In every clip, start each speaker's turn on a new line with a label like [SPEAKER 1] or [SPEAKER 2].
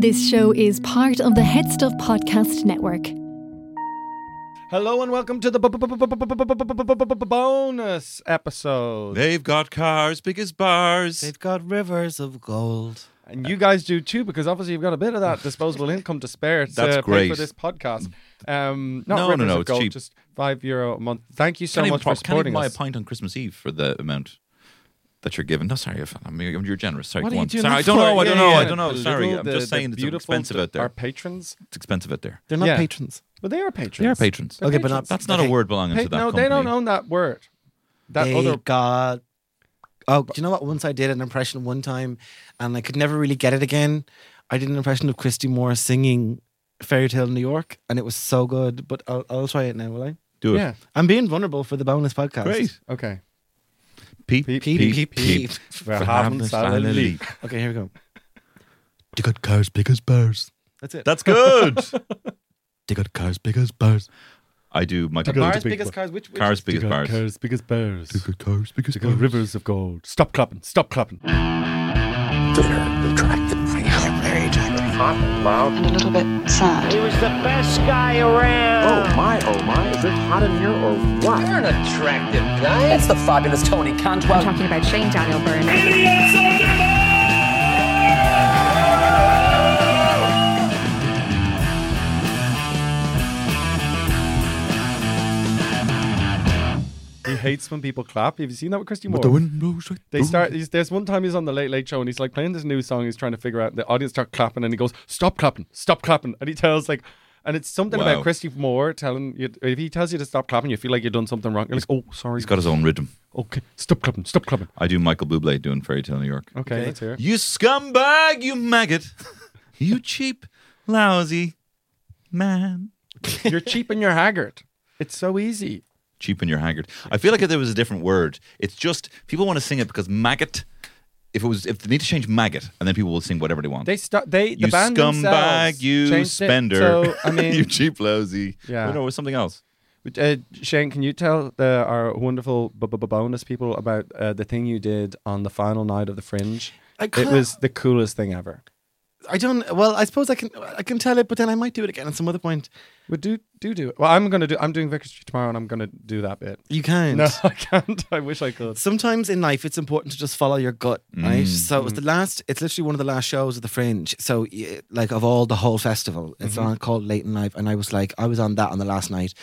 [SPEAKER 1] This show is part of the Head Stuff Podcast Network.
[SPEAKER 2] Hello and welcome to the bu- bu- bu- bu- bu- bu- bu- bu- bu- bu- bu- bu- bonus episode.
[SPEAKER 3] They've got cars big as bars.
[SPEAKER 4] They've got rivers of gold.
[SPEAKER 2] And you guys do too, because obviously you've got a bit of that disposable income to spare to
[SPEAKER 3] That's
[SPEAKER 2] pay for
[SPEAKER 3] great.
[SPEAKER 2] this podcast. Um,
[SPEAKER 3] No,
[SPEAKER 2] not
[SPEAKER 3] no,
[SPEAKER 2] Rivers
[SPEAKER 3] no,
[SPEAKER 2] of
[SPEAKER 3] it's
[SPEAKER 2] Gold,
[SPEAKER 3] cheap.
[SPEAKER 2] just five euro a month. Thank you so
[SPEAKER 3] can't even,
[SPEAKER 2] much
[SPEAKER 3] pro-
[SPEAKER 2] for
[SPEAKER 3] can't even
[SPEAKER 2] supporting
[SPEAKER 3] buy
[SPEAKER 2] us.
[SPEAKER 3] a pint on Christmas Eve for the amount that you're given. No, sorry, if- I mean, you're generous. Sorry,
[SPEAKER 2] What
[SPEAKER 3] go
[SPEAKER 2] are you
[SPEAKER 3] on.
[SPEAKER 2] doing
[SPEAKER 3] sorry,
[SPEAKER 2] that
[SPEAKER 3] I don't
[SPEAKER 2] for?
[SPEAKER 3] know. I
[SPEAKER 2] Yeah,
[SPEAKER 3] don't know.
[SPEAKER 2] yeah,
[SPEAKER 3] I don't know.
[SPEAKER 2] the
[SPEAKER 3] Sorry,
[SPEAKER 2] little-
[SPEAKER 3] I'm
[SPEAKER 2] the-
[SPEAKER 3] just saying
[SPEAKER 2] the
[SPEAKER 3] it's
[SPEAKER 2] beautiful-
[SPEAKER 3] expensive out
[SPEAKER 2] Our
[SPEAKER 3] there.
[SPEAKER 2] patrons,
[SPEAKER 3] It's expensive out there.
[SPEAKER 4] They're not
[SPEAKER 2] Yeah.
[SPEAKER 4] patrons.
[SPEAKER 2] but they are patrons.
[SPEAKER 3] They are patrons.
[SPEAKER 2] They're
[SPEAKER 4] Okay, but
[SPEAKER 2] patrons.
[SPEAKER 4] not-
[SPEAKER 3] That's not a
[SPEAKER 4] Okay.
[SPEAKER 3] word belonging
[SPEAKER 2] Pa-
[SPEAKER 3] to that
[SPEAKER 2] no,
[SPEAKER 3] company.
[SPEAKER 2] they don't own that word. That
[SPEAKER 4] they
[SPEAKER 2] other
[SPEAKER 4] got. Oh, do you know what? Once I did an impression one time, and I could never really get it again. I did an impression of Christy Moore singing "Fairy Tale New York," and it was so good. But I'll, I'll try it now, will I?
[SPEAKER 3] Do it.
[SPEAKER 2] yeah.
[SPEAKER 4] I'm being vulnerable for the bonus podcast.
[SPEAKER 3] Great.
[SPEAKER 2] Okay,
[SPEAKER 3] Peep,
[SPEAKER 2] Peep,
[SPEAKER 3] peep,
[SPEAKER 4] Peep,
[SPEAKER 3] peep,
[SPEAKER 4] peep, peep.
[SPEAKER 2] we're having
[SPEAKER 3] Having
[SPEAKER 2] salad
[SPEAKER 3] salad
[SPEAKER 2] leap.
[SPEAKER 4] Okay, here we go.
[SPEAKER 5] They got cars big as bars.
[SPEAKER 4] That's it.
[SPEAKER 3] That's good.
[SPEAKER 5] They got cars big as bars.
[SPEAKER 3] I do my
[SPEAKER 5] Go to
[SPEAKER 2] Cars,
[SPEAKER 5] big
[SPEAKER 2] biggest
[SPEAKER 5] one.
[SPEAKER 2] cars, which which-
[SPEAKER 3] cars big as bars.
[SPEAKER 2] Cars, biggest bears.
[SPEAKER 5] They got cars big as
[SPEAKER 2] They got
[SPEAKER 5] bars.
[SPEAKER 2] rivers of gold. Stop clapping. Stop clapping.
[SPEAKER 6] and a little bit sad.
[SPEAKER 7] He was the best guy around.
[SPEAKER 8] Oh my, oh my, is it hot in here or what?
[SPEAKER 9] You're an attractive guy. That's the fabulous Tony Cantwell.
[SPEAKER 10] talking about Shane Daniel Byrne.
[SPEAKER 2] He hates when people clap. Have you seen that with Christy Moore?
[SPEAKER 5] But the wind blows right
[SPEAKER 2] They
[SPEAKER 5] through.
[SPEAKER 2] start. He's, there's one time he's on the Late Late Show and he's like playing this new song. He's trying to figure out. The audience start clapping and he goes, "Stop clapping! Stop clapping!" And he tells like, and it's something about
[SPEAKER 3] Wow.
[SPEAKER 2] Christy Moore telling you if he tells you to stop clapping, you feel like you've done something wrong. You're like, "Oh, sorry."
[SPEAKER 3] He's got his own rhythm.
[SPEAKER 2] okay. Stop clapping! Stop clapping!
[SPEAKER 3] I do Michael Bublé doing Fairy Tale New York.
[SPEAKER 2] Okay, let's hear. it.
[SPEAKER 3] You scumbag, you maggot. you cheap, lousy man.
[SPEAKER 2] You're cheap and you're haggard. It's so easy.
[SPEAKER 3] cheap and you're haggard. I feel like if there was a different word, it's just people want to sing it because maggot. If it was, if they need to change maggot, and then people will sing whatever they want.
[SPEAKER 2] They start. They the
[SPEAKER 3] you
[SPEAKER 2] band
[SPEAKER 3] scumbag,
[SPEAKER 2] themselves changed
[SPEAKER 3] you
[SPEAKER 2] it.
[SPEAKER 3] spender,
[SPEAKER 2] So I mean,
[SPEAKER 3] you cheap lousy.
[SPEAKER 2] Yeah.
[SPEAKER 3] no, it was something else.
[SPEAKER 2] Uh, Shane, can you tell the, our wonderful b- b- bonus people about uh, the thing you did on the final night of the Fringe?
[SPEAKER 4] I
[SPEAKER 2] It
[SPEAKER 4] kinda-
[SPEAKER 2] was the coolest thing ever.
[SPEAKER 4] I don't. Well, I suppose I can. I can tell it, but then I might do it again at some other point.
[SPEAKER 2] But do do do. it. Well, I'm gonna do. I'm doing Vicar Street tomorrow, and I'm gonna do that bit.
[SPEAKER 4] You can't.
[SPEAKER 2] No, I can't. I wish I could.
[SPEAKER 4] sometimes in life it's important to just follow your gut
[SPEAKER 2] Mm,
[SPEAKER 4] right so it was the last it's literally one of the last shows at the fringe so y- like of all the whole festival it's
[SPEAKER 2] Mm-hmm.
[SPEAKER 4] on called late in life and i was like i was on that on the last night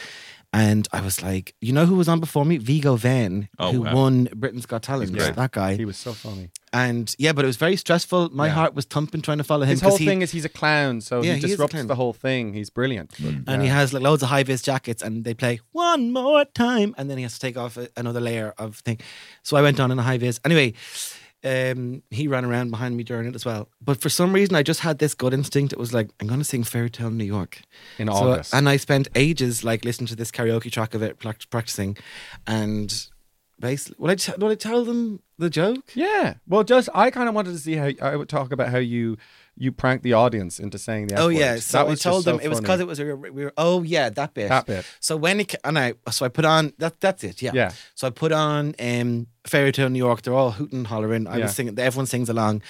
[SPEAKER 4] and i was like you know who was on before me vigo van
[SPEAKER 3] Oh,
[SPEAKER 4] who
[SPEAKER 3] wow.
[SPEAKER 4] won britain's got talent
[SPEAKER 3] great.
[SPEAKER 4] that guy
[SPEAKER 2] He was so funny.
[SPEAKER 4] and yeah but it was very stressful my
[SPEAKER 2] Yeah.
[SPEAKER 4] heart was thumping trying to follow him
[SPEAKER 2] His whole
[SPEAKER 4] he,
[SPEAKER 2] thing is he's a clown, Uh, so
[SPEAKER 4] Yeah,
[SPEAKER 2] he
[SPEAKER 4] he is a
[SPEAKER 2] disrupts
[SPEAKER 4] clown.
[SPEAKER 2] the whole thing. He's brilliant. Mm.
[SPEAKER 4] and he has like loads of high vis jackets, and they play one more time, and then he has to take off a, another layer of thing. So I went on in a high vis. Anyway, um, he ran around behind me during it as well. But for some reason, I just had this gut instinct. It was like I'm going to sing Fairy Tale New York
[SPEAKER 2] In
[SPEAKER 4] So-
[SPEAKER 2] August.
[SPEAKER 4] and I spent ages like listening to this karaoke track of it, prac- practicing, and basically, will I, t- will I tell them the joke?
[SPEAKER 2] Yeah. Well, just I kind of wanted to see how I would talk about how you you pranked the audience into saying the. F
[SPEAKER 4] Oh
[SPEAKER 2] word.
[SPEAKER 4] yeah, so
[SPEAKER 2] that
[SPEAKER 4] I
[SPEAKER 2] was
[SPEAKER 4] told
[SPEAKER 2] just
[SPEAKER 4] them
[SPEAKER 2] so
[SPEAKER 4] it was
[SPEAKER 2] funny.
[SPEAKER 4] because it was a, we were. Oh yeah, that bit.
[SPEAKER 2] That bit.
[SPEAKER 4] So when it ca- and I so I put on that that's it. Yeah.
[SPEAKER 2] Yeah.
[SPEAKER 4] So I put on um Fairy Tale New York. They're all hooting, and hollering. I
[SPEAKER 2] Yeah.
[SPEAKER 4] was singing. Everyone sings along,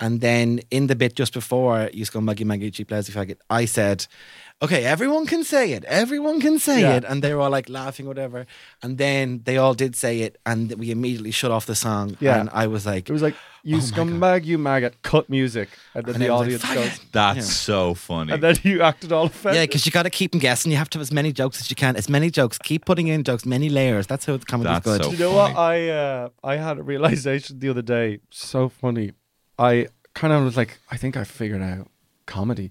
[SPEAKER 4] and then in the bit just before you go Maggie Maggie cheap lousy faggot, I said. Okay, everyone can say it. Everyone can say
[SPEAKER 2] Yeah.
[SPEAKER 4] it, and they were all like laughing, whatever. And then they all did say it, and we immediately shut off the song.
[SPEAKER 2] Yeah.
[SPEAKER 4] and I was like,
[SPEAKER 2] It was like you scumbag, you maggot. Cut music, Oh and then
[SPEAKER 4] And
[SPEAKER 2] the
[SPEAKER 4] I was like,
[SPEAKER 2] audience goes.
[SPEAKER 4] "Faggot."
[SPEAKER 3] That's
[SPEAKER 4] Yeah.
[SPEAKER 3] so funny.
[SPEAKER 2] And then you acted all offended.
[SPEAKER 4] Yeah, because you got to keep them guessing. You have to have as many jokes as you can. As many jokes. Keep putting in jokes. Many layers. That's how comedy is
[SPEAKER 3] That's
[SPEAKER 4] good.
[SPEAKER 3] so
[SPEAKER 2] you know what? I uh, I had a realization the other day. So funny. I kind of was like, I think I figured out comedy.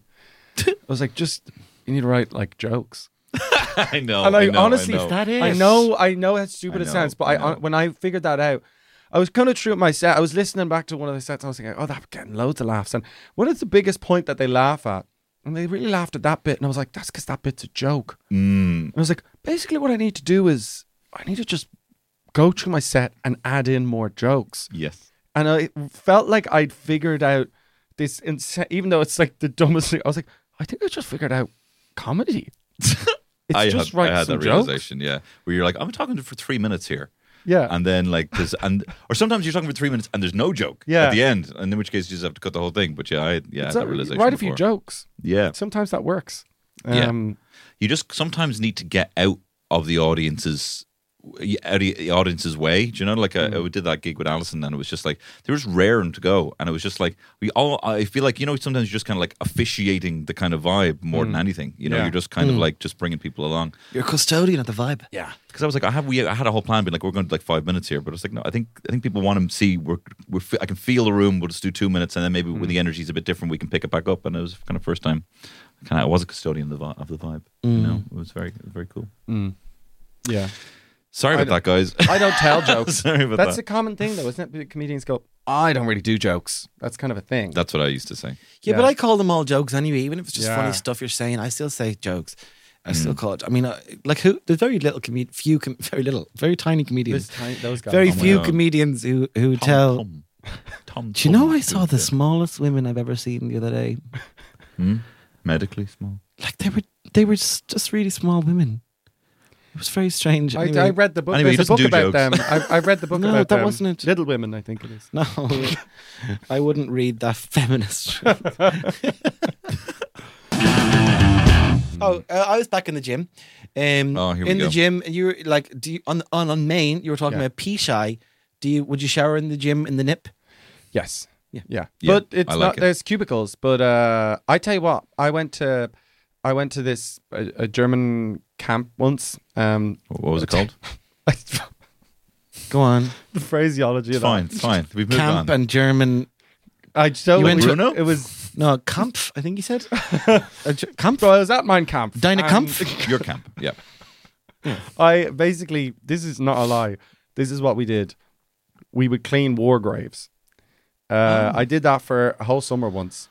[SPEAKER 2] I was like, just you need to write like jokes.
[SPEAKER 3] I know.
[SPEAKER 2] and I,
[SPEAKER 3] I know,
[SPEAKER 2] honestly,
[SPEAKER 3] I know.
[SPEAKER 4] that
[SPEAKER 2] I
[SPEAKER 4] is.
[SPEAKER 2] know, I know how stupid
[SPEAKER 3] I
[SPEAKER 2] it
[SPEAKER 3] know,
[SPEAKER 2] sounds, but I,
[SPEAKER 3] I
[SPEAKER 2] hon-
[SPEAKER 3] know.
[SPEAKER 2] when I figured that out, I was kind of true at my set. I was listening back to one of the sets. I was thinking, oh, that's getting loads of laughs. And what is the biggest point that they laugh at? And they really laughed at that bit. And I was like, that's because that bit's a joke.
[SPEAKER 3] Mm.
[SPEAKER 2] And I was like, basically, what I need to do is I need to just go through my set and add in more jokes.
[SPEAKER 3] Yes.
[SPEAKER 2] And I felt like I'd figured out this, inse- even though it's like the dumbest thing. I was like, I think I just figured out comedy. It's
[SPEAKER 3] I
[SPEAKER 2] just
[SPEAKER 3] had,
[SPEAKER 2] write
[SPEAKER 3] I had
[SPEAKER 2] some
[SPEAKER 3] that
[SPEAKER 2] jokes.
[SPEAKER 3] realization. Yeah, where you're like, I'm talking to for three minutes here.
[SPEAKER 2] Yeah.
[SPEAKER 3] and then like there's and or sometimes you're talking for three minutes and there's no joke
[SPEAKER 2] Yeah.
[SPEAKER 3] at the end, and in which case you just have to cut the whole thing. But yeah, I yeah, I had
[SPEAKER 2] It's
[SPEAKER 3] that
[SPEAKER 2] a-
[SPEAKER 3] realization.
[SPEAKER 2] write a few
[SPEAKER 3] before.
[SPEAKER 2] jokes.
[SPEAKER 3] Yeah,
[SPEAKER 2] Sometimes that works.
[SPEAKER 3] Yeah.
[SPEAKER 2] Um,
[SPEAKER 3] you just sometimes need to get out of the audience's out of the audience's way. Do you know? Like
[SPEAKER 2] Hmm.
[SPEAKER 3] I, I did that gig with Allison, and it was just like they were just raring to go, and it was just like we all. I feel like you know sometimes you're just kind of like officiating the kind of vibe more than anything. You
[SPEAKER 2] Hmm.
[SPEAKER 3] know,
[SPEAKER 2] Yeah. Hmm.
[SPEAKER 3] you're just kind of like just bringing people along.
[SPEAKER 4] You're custodian of the vibe.
[SPEAKER 3] Yeah, because I was like, I have we I had a whole plan, being like, we're going to like five minutes here, but I was like, no, I think I think people want to see we're we're fe- I can feel the room. We'll just do two minutes, and then maybe
[SPEAKER 4] Mm.
[SPEAKER 3] when the energy's a bit different, we can pick it back up. And it was kind of first time, kind of I was a custodian of the vi- of the vibe. You
[SPEAKER 4] Mm.
[SPEAKER 3] know, it was very very cool.
[SPEAKER 2] yeah.
[SPEAKER 3] Sorry about that, guys.
[SPEAKER 2] I don't tell jokes.
[SPEAKER 3] Sorry about
[SPEAKER 2] That's
[SPEAKER 3] that.
[SPEAKER 2] a common thing, though, isn't it? Comedians go, I don't really do jokes. That's kind of a thing.
[SPEAKER 3] That's what I used to say.
[SPEAKER 4] Yeah, but
[SPEAKER 2] Yeah.
[SPEAKER 4] I call them all jokes anyway. Even if it's just
[SPEAKER 2] Yeah. Mm.
[SPEAKER 4] funny stuff you're saying, I still say jokes. I still call it. I mean, uh, like who? There's very little com- few, com- very little, very tiny comedians.
[SPEAKER 2] Those tiny- those guys.
[SPEAKER 4] very
[SPEAKER 2] Oh my
[SPEAKER 4] few
[SPEAKER 3] God.
[SPEAKER 4] comedians who who tell.
[SPEAKER 3] Tom, Tom,
[SPEAKER 4] Do you know
[SPEAKER 3] Tom
[SPEAKER 4] I saw
[SPEAKER 3] did
[SPEAKER 4] the smallest women I've ever seen the other day?
[SPEAKER 3] Hmm? medically small.
[SPEAKER 4] Like they were they were just, just really small women. It was very strange.
[SPEAKER 2] I,
[SPEAKER 4] Anyway,
[SPEAKER 2] I read the book.
[SPEAKER 3] Anyway, he
[SPEAKER 2] There's a book
[SPEAKER 3] doesn't do
[SPEAKER 2] about them.
[SPEAKER 3] jokes.
[SPEAKER 2] I, I read the book
[SPEAKER 4] No,
[SPEAKER 2] about
[SPEAKER 4] that
[SPEAKER 2] them.
[SPEAKER 4] wasn't it.
[SPEAKER 2] Little Women, I think it is.
[SPEAKER 4] No, I wouldn't read that feminist. oh, uh, I was back in the gym. Um,
[SPEAKER 3] Oh, here we
[SPEAKER 4] in the
[SPEAKER 3] go.
[SPEAKER 4] gym, and you were like, do you, on on on Maine? You were talking
[SPEAKER 2] Yeah.
[SPEAKER 4] about pee shy. Do you would you shower in the gym in the nip?
[SPEAKER 2] Yes.
[SPEAKER 4] Yeah.
[SPEAKER 2] Yeah.
[SPEAKER 3] Yeah,
[SPEAKER 2] But it's
[SPEAKER 3] I like
[SPEAKER 2] not
[SPEAKER 3] it.
[SPEAKER 2] there's cubicles, but uh I tell you what, I went to I went to this a, a German camp once. Um
[SPEAKER 3] What what was it called?
[SPEAKER 4] Go on,
[SPEAKER 2] the phraseology
[SPEAKER 3] It's
[SPEAKER 2] of that.
[SPEAKER 3] fine, it's fine. We've moved
[SPEAKER 4] camp
[SPEAKER 3] on.
[SPEAKER 4] and German.
[SPEAKER 2] I so
[SPEAKER 4] You went
[SPEAKER 2] it,
[SPEAKER 4] to-
[SPEAKER 3] Bruno?
[SPEAKER 2] it was
[SPEAKER 4] No, Kampf. I think you said Uh, Ger- Kampf.
[SPEAKER 2] so I was at mein Kampf.
[SPEAKER 4] Deine
[SPEAKER 2] and
[SPEAKER 4] Kampf.
[SPEAKER 3] Your camp, yeah.
[SPEAKER 2] I basically this is not a lie. This is what we did. We would clean war graves. Uh, I did that for a whole summer once.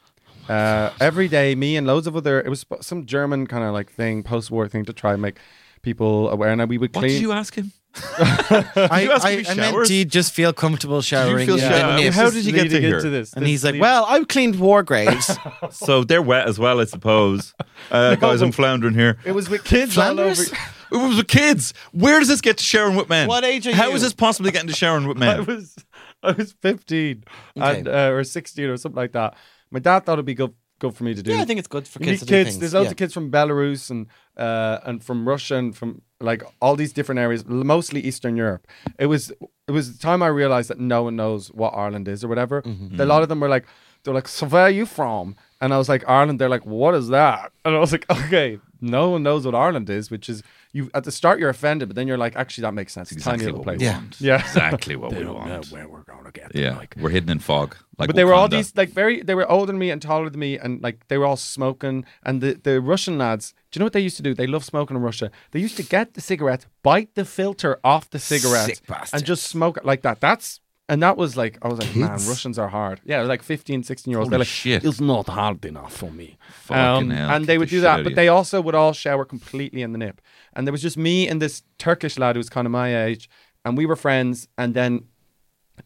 [SPEAKER 2] Uh, every day, me and loads of other. It was some German kind of like thing, post-war thing to try and make people aware. And we would
[SPEAKER 3] What
[SPEAKER 2] clean.
[SPEAKER 3] did you ask him?
[SPEAKER 4] I,
[SPEAKER 3] you ask
[SPEAKER 4] I,
[SPEAKER 3] if he
[SPEAKER 4] I meant
[SPEAKER 3] showers?
[SPEAKER 4] do you just feel comfortable showering
[SPEAKER 3] feel
[SPEAKER 4] in
[SPEAKER 3] shower-
[SPEAKER 4] the nip?
[SPEAKER 3] How did you get to
[SPEAKER 2] leading
[SPEAKER 3] here?
[SPEAKER 2] into this?
[SPEAKER 4] and
[SPEAKER 2] This
[SPEAKER 4] he's like,
[SPEAKER 2] lead-
[SPEAKER 4] well, I've cleaned war graves.
[SPEAKER 3] So they're wet as well, I suppose. Uh, guys, I'm floundering here.
[SPEAKER 2] it was with kids all over.
[SPEAKER 4] Flanders?
[SPEAKER 3] It was with kids. Where does this get to Sharon with men?
[SPEAKER 4] What age are
[SPEAKER 3] How
[SPEAKER 4] you?
[SPEAKER 3] is this possibly getting to Sharon with
[SPEAKER 2] I
[SPEAKER 3] men?
[SPEAKER 2] was, I was fifteen
[SPEAKER 4] Okay.
[SPEAKER 2] and uh, or sixteen or something like that. My dad thought it'd be good, good for me to do.
[SPEAKER 4] yeah, I think it's good for
[SPEAKER 2] You
[SPEAKER 4] kids.
[SPEAKER 2] meet
[SPEAKER 4] to do
[SPEAKER 2] kids.
[SPEAKER 4] things.
[SPEAKER 2] There's loads
[SPEAKER 4] Yeah.
[SPEAKER 2] of kids from Belarus and uh, and from Russia and from like all these different areas, l- mostly Eastern Europe. It was it was the time I realized that no one knows what Ireland is or whatever.
[SPEAKER 4] Mm-hmm.
[SPEAKER 2] A lot of them were like, they're like, so where are you from? And I was like, Ireland. They're like, what is that? And I was like, okay, no one knows what Ireland is, which is you at the start you're offended, but then you're like, actually that makes sense. It's a
[SPEAKER 3] exactly
[SPEAKER 2] tiny little
[SPEAKER 3] what
[SPEAKER 2] place.
[SPEAKER 3] we
[SPEAKER 4] Yeah.
[SPEAKER 3] want.
[SPEAKER 2] Yeah.
[SPEAKER 3] Exactly what we want.
[SPEAKER 5] where we're gonna get
[SPEAKER 3] Yeah. We're hidden in fog. Like
[SPEAKER 2] but they were all
[SPEAKER 3] Wakanda.
[SPEAKER 2] these like very they were older than me and taller than me and like they were all smoking and the, the Russian lads do you know what they used to do they love smoking in Russia they used to get the cigarette bite the filter off the cigarette
[SPEAKER 4] Sick
[SPEAKER 2] and
[SPEAKER 4] bastards.
[SPEAKER 2] just smoke it like that that's and that was like I was like man Russians are hard yeah they're like 15 16 year olds
[SPEAKER 3] Holy
[SPEAKER 2] they're like
[SPEAKER 3] shit.
[SPEAKER 2] it's not hard enough for me
[SPEAKER 4] Oh
[SPEAKER 3] Fucking hell,
[SPEAKER 2] and
[SPEAKER 3] get
[SPEAKER 2] they would
[SPEAKER 3] the
[SPEAKER 2] do
[SPEAKER 3] shit out
[SPEAKER 2] that
[SPEAKER 3] of
[SPEAKER 2] but
[SPEAKER 3] you.
[SPEAKER 2] they also would all shower completely in the nip and there was just me and this Turkish lad who was kind of my age and we were friends and then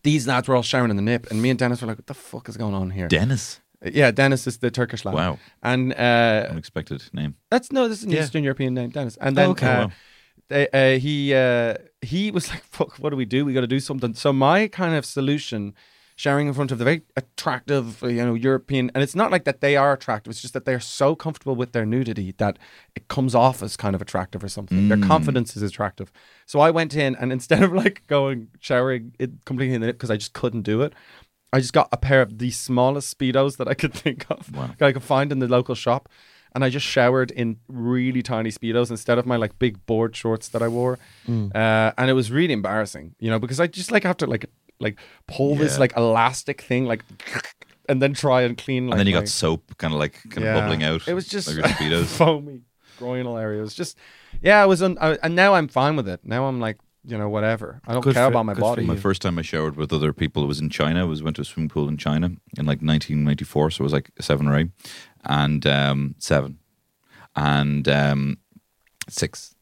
[SPEAKER 2] these lads were all showering in the nip, and me and Dennis were like, "What the fuck is going on here?"
[SPEAKER 3] Dennis.
[SPEAKER 2] yeah, Dennis is the Turkish lad.
[SPEAKER 3] Wow.
[SPEAKER 2] And uh,
[SPEAKER 3] Unexpected name.
[SPEAKER 2] that's no, this is an
[SPEAKER 3] Yeah. Oh,
[SPEAKER 2] Eastern European name, Dennis. And then
[SPEAKER 3] okay.
[SPEAKER 2] uh,
[SPEAKER 3] Wow.
[SPEAKER 2] they, uh, he uh, he was like, "Fuck, what do we do? We got to do something." So my kind of solution, showering in front of the very attractive, uh, you know, European, and it's not like that they are attractive. It's just that they're so comfortable with their nudity that it comes off as kind of attractive or something. Their
[SPEAKER 3] Mm.
[SPEAKER 2] confidence is attractive. So I went in, and instead of like going showering it completely in the because I just couldn't do it. I just got a pair of the smallest speedos that I could think of,
[SPEAKER 3] Wow.
[SPEAKER 2] that I could find in the local shop, and I just showered in really tiny speedos instead of my like big board shorts that I wore,
[SPEAKER 3] Mm.
[SPEAKER 2] uh, and it was really embarrassing, you know, because I just like have to like like pull this
[SPEAKER 3] Yeah.
[SPEAKER 2] like elastic thing like, and then try and clean. Like,
[SPEAKER 3] and then you
[SPEAKER 2] my
[SPEAKER 3] got soap kind of like kind
[SPEAKER 2] Yeah.
[SPEAKER 3] of bubbling out.
[SPEAKER 2] It was just
[SPEAKER 3] of your speedos.
[SPEAKER 2] foamy groinal area. It was just yeah, it was un- I, and now I'm fine with it. Now I'm like you know whatever. I don't
[SPEAKER 4] Good
[SPEAKER 2] care
[SPEAKER 4] for-
[SPEAKER 2] about my
[SPEAKER 4] good for
[SPEAKER 2] body.
[SPEAKER 4] you.
[SPEAKER 3] My first time I showered with other people was in China. was went to a swimming pool in China in like 1994, so it was like seven or eight, and um, seven, and um, six,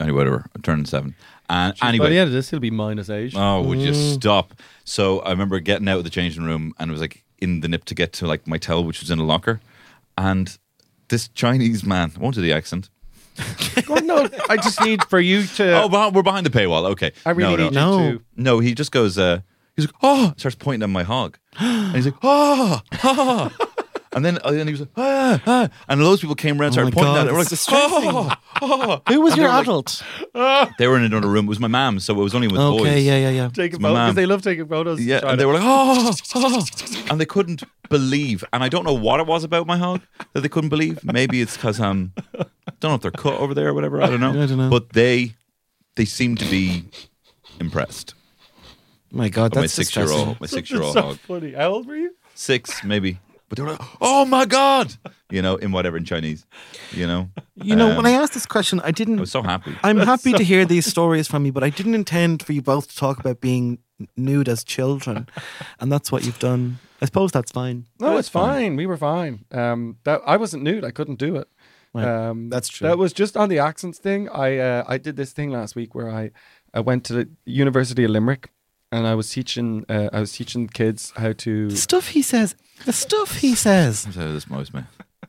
[SPEAKER 3] anyway, whatever. I turned seven, and
[SPEAKER 2] By
[SPEAKER 3] anyway,
[SPEAKER 2] the end of this, he'll be minus age.
[SPEAKER 3] Oh, would you stop? So I remember getting out of the changing room and it was like in the nip to get to like my towel, which was in a locker. And this Chinese man, I won't do the accent,
[SPEAKER 2] Well, no, I just need for you to.
[SPEAKER 3] oh, behind, we're behind the paywall. Okay.
[SPEAKER 2] I really
[SPEAKER 3] no,
[SPEAKER 2] need
[SPEAKER 3] no.
[SPEAKER 2] you
[SPEAKER 4] No.
[SPEAKER 2] to.
[SPEAKER 3] No, he just goes, uh, he's like, oh, starts pointing at my hog. And he's like, oh, oh. and then and then he was like, ah, ah. And loads of people came around, started
[SPEAKER 4] Oh my
[SPEAKER 3] pointing
[SPEAKER 4] God,
[SPEAKER 3] at it. We're like,
[SPEAKER 4] it's distressing.
[SPEAKER 3] oh, oh.
[SPEAKER 4] Who was
[SPEAKER 3] And
[SPEAKER 4] your
[SPEAKER 3] they were like-
[SPEAKER 4] adult?
[SPEAKER 3] They were in another room. It was my mom, so it was only with the boys.
[SPEAKER 4] okay, yeah, yeah, yeah.
[SPEAKER 2] Taking
[SPEAKER 3] It's my
[SPEAKER 2] photos because
[SPEAKER 3] man.
[SPEAKER 2] they love taking photos.
[SPEAKER 3] Yeah,
[SPEAKER 2] Trying
[SPEAKER 3] and they
[SPEAKER 2] to-
[SPEAKER 3] were like, oh, oh, and they couldn't believe. And I don't know what it was about my hog that they couldn't believe. Maybe it's because um, I don't know if they're cut over there or whatever. I don't know.
[SPEAKER 4] I don't know.
[SPEAKER 3] But they, they seem to be impressed.
[SPEAKER 4] My God,
[SPEAKER 3] But my
[SPEAKER 4] that's distressing.
[SPEAKER 3] six-year-old, my six-year-old
[SPEAKER 2] so
[SPEAKER 3] hog,
[SPEAKER 2] funny. How old were you?
[SPEAKER 3] six maybe. But they were like, oh my god, you know, in whatever in Chinese, you know.
[SPEAKER 4] You know, when I
[SPEAKER 3] Um,
[SPEAKER 4] asked this question, I didn't.
[SPEAKER 3] I was so happy.
[SPEAKER 4] I'm happy to hear these stories from you, but I didn't intend for you both to talk about being nude as children, and that's what you've done. I suppose that's fine.
[SPEAKER 2] No, it's fine. We were fine. Um, that I wasn't nude. I couldn't do it.
[SPEAKER 4] Right.
[SPEAKER 2] Um,
[SPEAKER 4] That's true.
[SPEAKER 2] That was just on the accents thing. I uh, I did this thing last week where I, I went to the University of Limerick, and I was teaching uh, I was teaching kids how to.
[SPEAKER 4] The stuff he says. The stuff he says.
[SPEAKER 3] So this most man.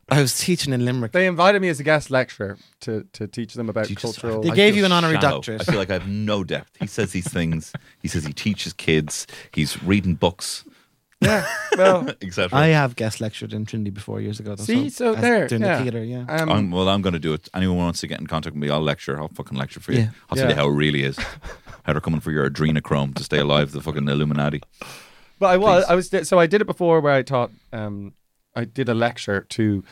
[SPEAKER 4] I was teaching in Limerick.
[SPEAKER 2] They invited me as a guest lecturer to to teach them about cultural.
[SPEAKER 4] They gave
[SPEAKER 3] feel
[SPEAKER 4] you an honorary
[SPEAKER 3] shallow.
[SPEAKER 4] doctorate.
[SPEAKER 3] I feel like I have no depth. He says these things. He says he teaches kids. He's reading books,
[SPEAKER 2] yeah. Well,
[SPEAKER 3] etc.
[SPEAKER 4] I have guest lectured in Trinity before years ago. though,
[SPEAKER 2] see, so
[SPEAKER 4] as-
[SPEAKER 2] there.
[SPEAKER 4] doing
[SPEAKER 2] yeah.
[SPEAKER 4] the theater, yeah.
[SPEAKER 2] Um,
[SPEAKER 3] I'm, well, I'm going to do it. Anyone wants to get in contact with me, I'll lecture. I'll fucking lecture for you.
[SPEAKER 4] Yeah.
[SPEAKER 3] I'll tell you
[SPEAKER 2] Yeah.
[SPEAKER 3] how it really is. How they're coming for your adrenochrome to stay alive, the fucking Illuminati.
[SPEAKER 2] But I was,
[SPEAKER 3] Please.
[SPEAKER 2] I was, so I did it before where I taught, um, I did a lecture to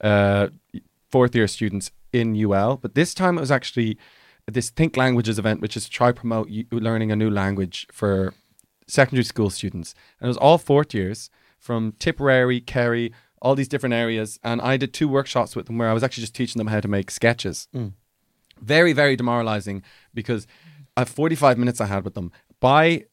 [SPEAKER 2] uh, fourth year students in UL, but this time it was actually this Think Languages event, which is to try promote u- learning a new language for secondary school students. And it was all fourth years from Tipperary, Kerry, all these different areas. And I did two workshops with them where I was actually just teaching them how to make sketches very very demoralizing because at 45 minutes i had with them by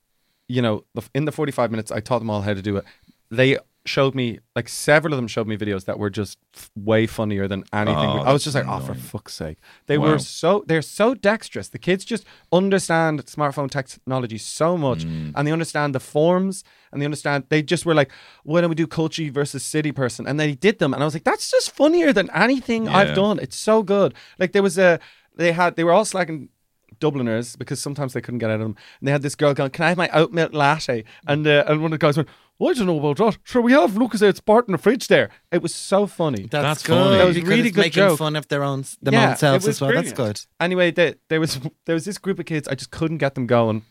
[SPEAKER 2] you know the, in the 45 minutes i taught them all how to do it they showed me like several of them showed me videos that were just f- way funnier than anything
[SPEAKER 3] Oh,
[SPEAKER 2] i was
[SPEAKER 3] that's
[SPEAKER 2] just like oh for
[SPEAKER 3] annoying.
[SPEAKER 2] fuck's sake they
[SPEAKER 3] Wow.
[SPEAKER 2] were so they're so dexterous the kids just understand smartphone technology so much
[SPEAKER 3] Mm.
[SPEAKER 2] and they understand the forms and they understand they just were like when do we do culture versus city person and they did them and i was like that's just funnier than anything
[SPEAKER 3] Yeah.
[SPEAKER 2] i've done fun. It's so good. Like there was a they had they were all slacking Dubliners because sometimes they couldn't get out of them. And they had this girl going, "Can I have my oat milk latte?" And uh, and one of the guys went, "I don't know about that. Sure, we have Lucas out Spart in the fridge there." It was so funny.
[SPEAKER 3] That's funny. That was
[SPEAKER 4] because
[SPEAKER 2] really
[SPEAKER 4] it's
[SPEAKER 2] good
[SPEAKER 4] making
[SPEAKER 2] joke.
[SPEAKER 4] fun of their own, their
[SPEAKER 2] Yeah,
[SPEAKER 4] own
[SPEAKER 2] it
[SPEAKER 4] selves
[SPEAKER 2] was
[SPEAKER 4] as well. That's
[SPEAKER 2] brilliant.
[SPEAKER 4] good.
[SPEAKER 2] Anyway, there, there was there was this group of kids. I just couldn't get them going.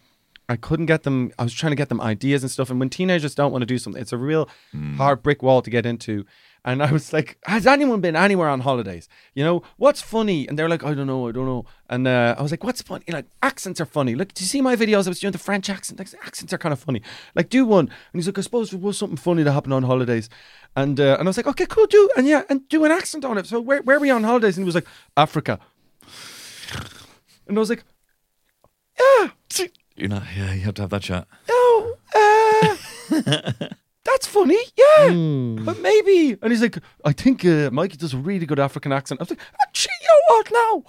[SPEAKER 2] I couldn't get them. I was trying to get them ideas and stuff. And when teenagers don't want to do something, it's a real hard brick wall to get into. And I was like, "Has anyone been anywhere on holidays? You know what's funny?" And they're like, "I don't know, I don't know." And uh, I was like, "What's funny? Like accents are funny. Like, do you see my videos? I was doing the French accent. Like, accents are kind of funny. Like, do one." And he's like, "I suppose it was something funny that happened on holidays." And uh, and I was like, "Okay, cool, do and yeah, and do an accent on it." So where where are we on holidays? And he was like, "Africa." And I was like,
[SPEAKER 3] You know, yeah, you have to have that chat.
[SPEAKER 2] oh, uh, that's funny, yeah. But maybe. And he's like, I think uh, Mikey does a really good African accent. I was like, actually, you know what? No,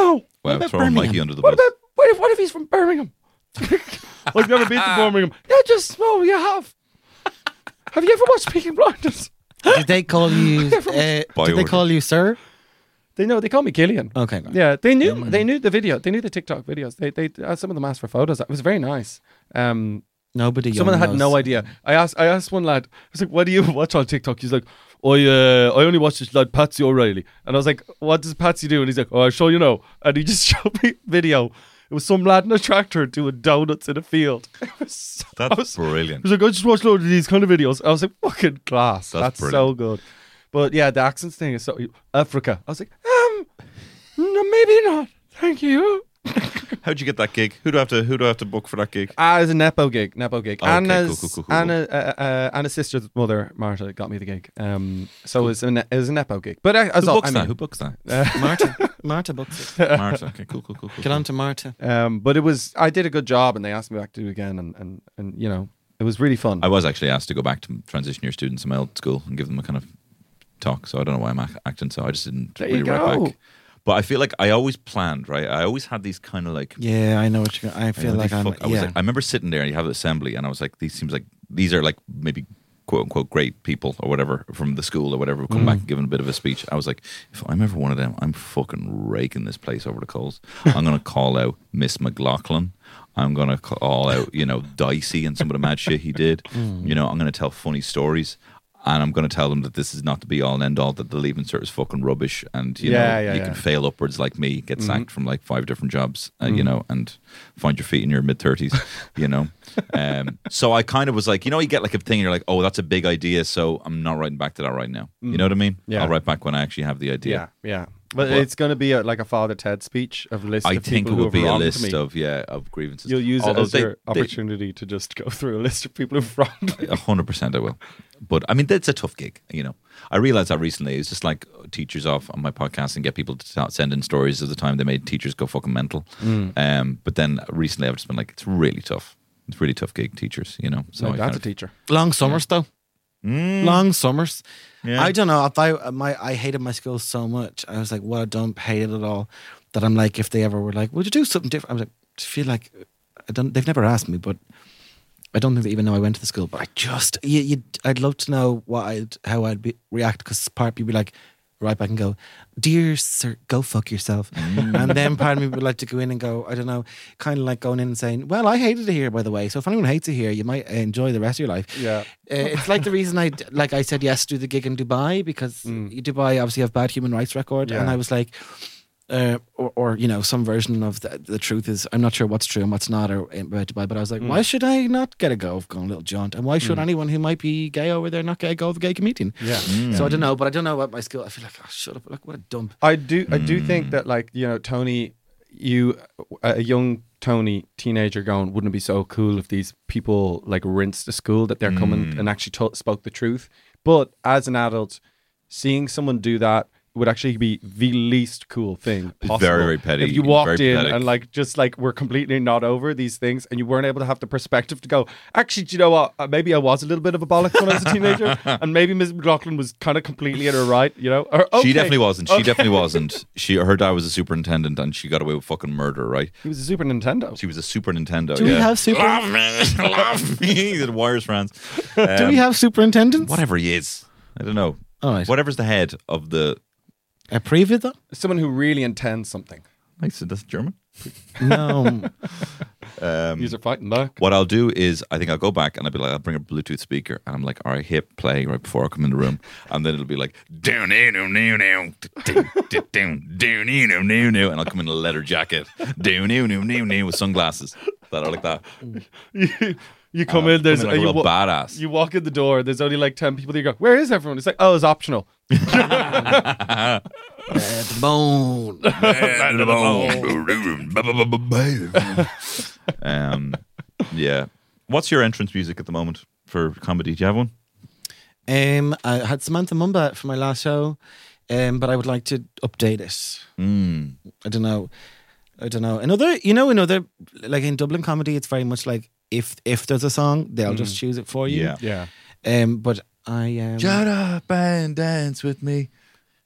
[SPEAKER 2] no.
[SPEAKER 3] Wow,
[SPEAKER 4] about
[SPEAKER 3] throwing Mikey
[SPEAKER 4] Birmingham?
[SPEAKER 3] under the
[SPEAKER 2] What
[SPEAKER 3] bus.
[SPEAKER 2] about what if, what if he's from Birmingham? I've never been to Birmingham. Yeah, just no, you have. Have you ever watched Peaky Blinders?
[SPEAKER 4] Did they call you? Uh, did they
[SPEAKER 3] order.
[SPEAKER 4] call you sir?
[SPEAKER 2] They know they call me Gillian.
[SPEAKER 4] Okay. right.
[SPEAKER 2] Yeah, they knew they knew the video. They knew the TikTok videos. They they uh, some of them asked for photos. It was very nice. Um,
[SPEAKER 4] Nobody.
[SPEAKER 2] Someone
[SPEAKER 4] young
[SPEAKER 2] had
[SPEAKER 4] knows.
[SPEAKER 2] no idea. I asked I asked one lad, I was like, What do you watch on TikTok? He's like, I uh, I only watch this lad Patsy O'Reilly. And I was like, What does Patsy do? And he's like, Oh, I'll show you now. And he just showed me a video. It was some lad in a tractor doing donuts in a field. It was so, I was,
[SPEAKER 3] That's
[SPEAKER 2] I
[SPEAKER 3] brilliant.
[SPEAKER 2] was like, I just watched loads of these kind of videos. I was like, fucking class. That's,
[SPEAKER 3] That's
[SPEAKER 2] so
[SPEAKER 3] brilliant.
[SPEAKER 2] good. But yeah, the accents thing is so Africa. I was like, um no, maybe not. Thank you.
[SPEAKER 3] How'd you get that gig? Who do I have to? Who do I have to book for that gig?
[SPEAKER 2] Ah, it was a nepo gig, nepo gig.
[SPEAKER 3] Okay, cool,
[SPEAKER 2] Anna's,
[SPEAKER 3] cool, cool, cool.
[SPEAKER 2] Anna, uh, uh, Anna's sister's mother, Marta, got me the gig. Um, so it was a ne- it was a nepo gig. But uh, as
[SPEAKER 3] Who
[SPEAKER 2] all,
[SPEAKER 3] books
[SPEAKER 2] I
[SPEAKER 3] that?
[SPEAKER 2] mean,
[SPEAKER 3] Who books that?
[SPEAKER 4] Marta. Marta books it.
[SPEAKER 3] Marta. Okay, cool, cool, cool, cool.
[SPEAKER 4] Get on to Marta.
[SPEAKER 2] um, but it was I did a good job, and they asked me back to do it again, and and and you know it was really fun.
[SPEAKER 3] I was actually asked to go back to transition year students in my old school and give them a kind of talk. So I don't know why I'm ac- acting. So I just didn't
[SPEAKER 2] There you
[SPEAKER 3] really write
[SPEAKER 2] go.
[SPEAKER 3] back. But I feel like I always planned, right? I always had these kind of like
[SPEAKER 4] Yeah, I know what you're. going I
[SPEAKER 3] Yeah,
[SPEAKER 4] feel like
[SPEAKER 3] they
[SPEAKER 4] I'm.
[SPEAKER 3] fuck- I was
[SPEAKER 4] yeah.
[SPEAKER 3] like, I remember sitting there and you have an assembly, and I was like, these seems like these are like maybe quote unquote great people or whatever from the school or whatever come back and giving a bit of a speech. I was like, if I'm ever one of them, I'm fucking raking this place over the coals. I'm gonna call out Miss McLaughlin. I'm gonna call out you know Dicey and some of the mad shit he did. You know, I'm gonna tell funny stories. And I'm going to tell them that this is not the be all and end all, that the leaving cert is fucking rubbish. And, you
[SPEAKER 2] Yeah,
[SPEAKER 3] know,
[SPEAKER 2] yeah,
[SPEAKER 3] you
[SPEAKER 2] yeah.
[SPEAKER 3] can fail upwards like me, get
[SPEAKER 2] Mm-hmm.
[SPEAKER 3] sacked from like five different jobs, uh, you know, and find your feet in your mid 30s, you know. Um, so I kind of was like, you know, you get like a thing, you're like, oh, that's a big idea. So I'm not writing back to that right now. You know what I mean?
[SPEAKER 2] Mm. Yeah.
[SPEAKER 3] I'll write back when I actually have the idea.
[SPEAKER 2] Yeah, yeah. But
[SPEAKER 3] Well-
[SPEAKER 2] it's going to be a, like a Father Ted speech of list.
[SPEAKER 3] I
[SPEAKER 2] of
[SPEAKER 3] think it
[SPEAKER 2] people who
[SPEAKER 3] would
[SPEAKER 2] have
[SPEAKER 3] be a
[SPEAKER 2] wronged
[SPEAKER 3] list
[SPEAKER 2] me.
[SPEAKER 3] of, yeah, of grievances.
[SPEAKER 2] You'll use it
[SPEAKER 3] Although
[SPEAKER 2] as
[SPEAKER 3] they-
[SPEAKER 2] your
[SPEAKER 3] they-
[SPEAKER 2] opportunity to just go through a list of people who've wronged me.
[SPEAKER 3] A hundred percent, I will. But I mean, that's a tough gig, you know. I realized that recently. It's just like uh, teachers off on my podcast and get people to start sending stories of the time they made teachers go fucking mental. Um, but then recently, I've just been like, it's really tough. It's really tough gig, teachers, you know. So
[SPEAKER 2] My
[SPEAKER 3] I
[SPEAKER 2] dad's
[SPEAKER 3] kind
[SPEAKER 2] a
[SPEAKER 3] of-
[SPEAKER 2] teacher.
[SPEAKER 4] Long summers though.
[SPEAKER 2] Mm.
[SPEAKER 4] Long summers.
[SPEAKER 3] Yeah.
[SPEAKER 4] I don't know. If I uh, my I hated my school so much. I was like, what a dump, hated it all. That I'm like, if they ever were like, would you do something different? I was like, I feel like uh, I don't. They've never asked me, but I don't think they even know I went to the school. But I just, you, you I'd love to know what I'd how I'd be, react because part of me would be like, right back and go, dear sir, go fuck yourself, and then part of me would like to go in and go, I don't know, kind of like going in and saying, well, I hated it here by the way. So if anyone hates it here, you might enjoy the rest of your life.
[SPEAKER 2] Yeah.
[SPEAKER 4] Uh, it's like the reason I d- like I said yes to the gig in Dubai because Dubai obviously have bad human rights record, and
[SPEAKER 2] Mm. Yeah.
[SPEAKER 4] I was like, uh, or, or you know, some version of the, the truth is I'm not sure what's true and what's not or about Dubai, but I was
[SPEAKER 2] Mm.
[SPEAKER 4] like, why should I not get a go of going little jaunt, and why should anyone who might be gay over there not get a go of a gay comedian?
[SPEAKER 2] Yeah.
[SPEAKER 4] So I don't know, but I don't know what my skill. I feel like oh, shut up, like what a dump.
[SPEAKER 2] I do. I do
[SPEAKER 3] Mm.
[SPEAKER 2] think that, like you know, Tony, you, a young Tony teenager, going, wouldn't it be so cool if these people like rinsed the school that they're
[SPEAKER 3] Mm.
[SPEAKER 2] coming and actually to spoke the truth? But as an adult, seeing someone do that would actually be the least cool thing possible.
[SPEAKER 3] very, very petty,
[SPEAKER 2] If you walked
[SPEAKER 3] very
[SPEAKER 2] in
[SPEAKER 3] pathetic.
[SPEAKER 2] and like just like we're completely not over these things, and you weren't able to have the perspective to go, actually, do you know what? Uh, Maybe I was a little bit of a bollock when I was a teenager, and maybe Ms. McLaughlin was kind of completely in her right, you know? Or,
[SPEAKER 3] She
[SPEAKER 2] okay,
[SPEAKER 3] definitely wasn't. She
[SPEAKER 2] okay.
[SPEAKER 3] definitely wasn't. She her dad was a superintendent and she got away with fucking murder, right?
[SPEAKER 2] He was a Super Nintendo.
[SPEAKER 3] She was a Super Nintendo.
[SPEAKER 4] Do
[SPEAKER 3] yeah.
[SPEAKER 4] we have super?
[SPEAKER 3] Love me, love me. The wires ran.
[SPEAKER 4] do we
[SPEAKER 3] Um,
[SPEAKER 4] have superintendents?
[SPEAKER 3] whatever he is? I don't know.
[SPEAKER 4] All right.
[SPEAKER 3] Whatever's the head of the.
[SPEAKER 4] a preview though?
[SPEAKER 2] Someone who really intends something.
[SPEAKER 3] I said that's German.
[SPEAKER 4] No,
[SPEAKER 2] These are fighting back.
[SPEAKER 3] What I'll do is, I think I'll go back and I'll be like, I'll bring a Bluetooth speaker and I'm like, all right, hit play right before I come in the room. And then it'll be like, down, down, down, down, down, down, down, down, down, down, down, down. And I'll come in a leather jacket, down, down, down, down, down, with sunglasses that are like that.
[SPEAKER 2] you come in, there's
[SPEAKER 3] There's come in like a
[SPEAKER 2] you,
[SPEAKER 3] real
[SPEAKER 2] wa-
[SPEAKER 3] badass.
[SPEAKER 2] you walk in the door, there's only like 10 people. You go, Where is everyone? It's like, Oh, it's optional.
[SPEAKER 4] Bad bone.
[SPEAKER 3] um, yeah. What's your entrance music at the moment for comedy? Do you have one?
[SPEAKER 4] Um, I had Samantha Mumba for my last show, um, but I would like to update it.
[SPEAKER 3] Mm.
[SPEAKER 4] I don't know. I don't know. Another, you know, another like in Dublin comedy, it's very much like if if there's a song, they'll just choose it for you.
[SPEAKER 3] Hmm. Yeah.
[SPEAKER 2] Yeah.
[SPEAKER 4] Um, but I um,
[SPEAKER 3] Shut up and dance with me.